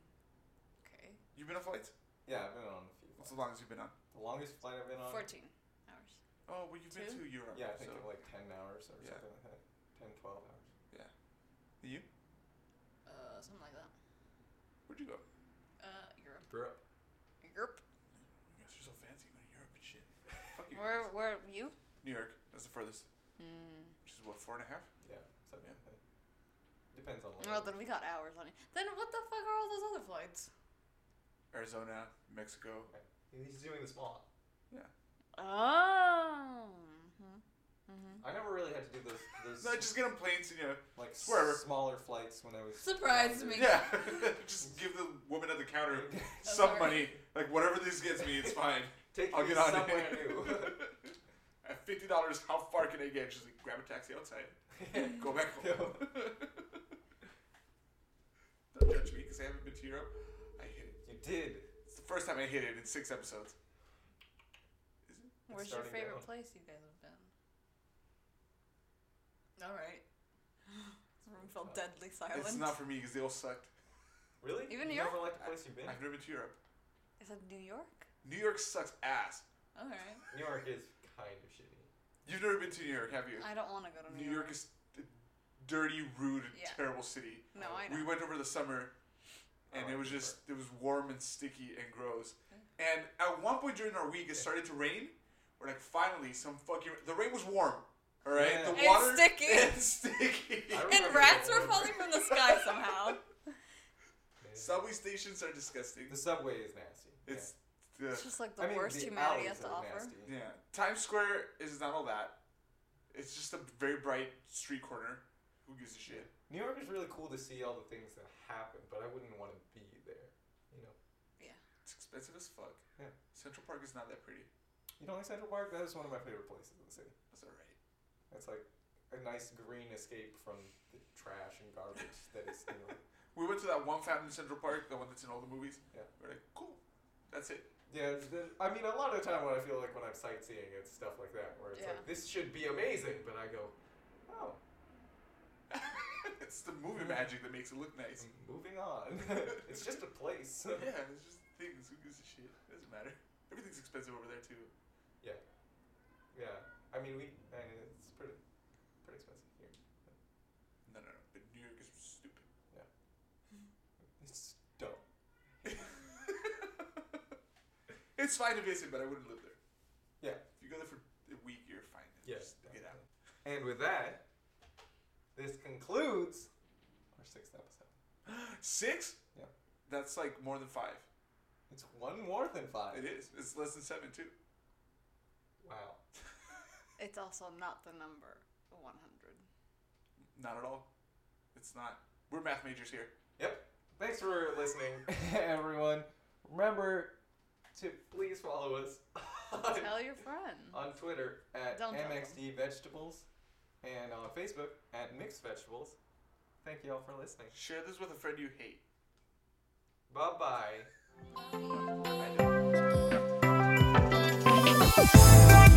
C: Okay.
A: you've been on flights?
B: yeah, I've been on a few.
A: What's
B: Flights.
A: the longest you've been on?
B: The longest flight I've been on.
C: 14 hours.
A: Oh, well, you've been
C: Two?
A: to Europe.
B: Yeah, I think
A: so.
B: it was like 10 hours or
A: Yeah.
B: something like that. 10, 12 hours.
A: You?
C: Uh, something like that.
A: Where'd you go?
C: Uh, Europe.
B: Europe.
C: Europe.
A: You guys are so fancy going to Europe and shit. Fuck you.
C: Where,
A: guys.
C: where you?
A: New York. That's the furthest.
C: Hmm.
A: Which is what four and a half?
B: Yeah, something like that. Depends on
C: Well,
B: like,
C: then we got hours on it. Then what the fuck are all those other flights?
A: Arizona, Mexico.
B: He's doing the small.
C: Oh. Mm-hmm. Mm-hmm.
B: I never really had to do those,
A: No,
B: those
A: just get on planes and you know.
B: like s-
A: wherever.
B: smaller flights when I was.
C: Surprise me.
A: Yeah, just give the woman at the counter some
C: sorry.
A: money. Like whatever this gets me, it's fine.
B: Take
A: I'll
B: me
A: get on
B: somewhere
A: it.
B: new.
A: At fifty dollars, how far can I get? She's like, grab a taxi outside, go back home. Don't judge me because I haven't been to Europe. I hit it.
B: you did.
A: It's the first time I hit it in six episodes.
C: Where's your
B: starting to
C: favorite
B: go.
C: place you guys have been? All right. the room felt deadly silent.
A: It's not for me because they all sucked.
B: Really?
C: Even
B: you
C: Europe?
B: never liked the place you've been?
A: I've never been to Europe.
C: Is that New York?
A: New York sucks ass.
C: All right.
B: New York is kind of shitty.
A: You've never been to New York, have you?
C: I don't want to go to New,
A: New York is a dirty, rude, and
C: Yeah.
A: terrible city.
C: No, I know.
A: We went over the summer,
B: I
A: and
B: like
A: it was
B: New
A: just it was warm and sticky and gross.
C: Mm.
A: And at one point during our week, it started to rain. We're like, finally, some fucking the rain was warm. All right,
B: Yeah.
A: the
C: And
A: water
C: sticky.
A: and sticky.
B: I remember
C: And rats
B: going
C: were
B: over-
C: falling from the sky somehow.
B: Yeah.
A: Subway stations are disgusting.
B: The subway is nasty. Yeah.
A: It's yeah.
C: It's just like the
B: I mean,
C: worst
B: the
C: humanity
B: alleys
C: has to
B: are
C: offer.
B: nasty.
A: yeah. Times Square is not all that. It's just a very bright street corner. Who gives a shit?
B: New York is really cool to see all the things that happen, but I wouldn't want to be there. You know,
A: It's expensive as fuck.
B: Yeah.
A: Central Park is not that pretty.
B: you don't like Central Park? That is one of my favorite places in the city.
A: That's alright.
B: It's like a nice green escape from the trash and garbage that is New York.
A: We went to that one fountain in Central Park, the one that's in all the movies.
B: Yeah.
A: We're like, cool. That's it.
B: Yeah, it's- there's- I mean, a lot of the time when I feel like when I'm sightseeing, it's stuff like that where it's
C: Yeah.
B: like this should be amazing, but I go, oh,
A: it's the movie magic that makes it look nice.
B: I'm moving on. it's just a place.
A: Yeah, it's just things. Who gives a shit? doesn't matter. Everything's expensive over there too.
B: Yeah, I mean, we I mean, it's pretty pretty expensive here.
A: No, no, no. But New York is stupid.
B: It's dumb.
A: it's fine to visit, but I wouldn't live there.
B: Yeah.
A: If you go there for a week, you're fine.
B: Yeah,
A: Just get out.
B: And with that, this concludes our sixth episode.
A: Six?
B: Yeah.
A: That's like more than five.
B: It's one more than five.
A: It is. It's less than seven too.
B: Wow.
C: It's also not the number 100.
A: Not at all. It's not. We're math majors here.
B: Yep. Thanks for listening, everyone. Remember to please follow us on,
C: Tell your friend.
B: on Twitter at
C: Don't tell
B: MXD Vegetables and on Facebook at Mixed Vegetables. Thank you all for listening.
A: Share this with a friend you hate.
B: Bye bye.
A: I know.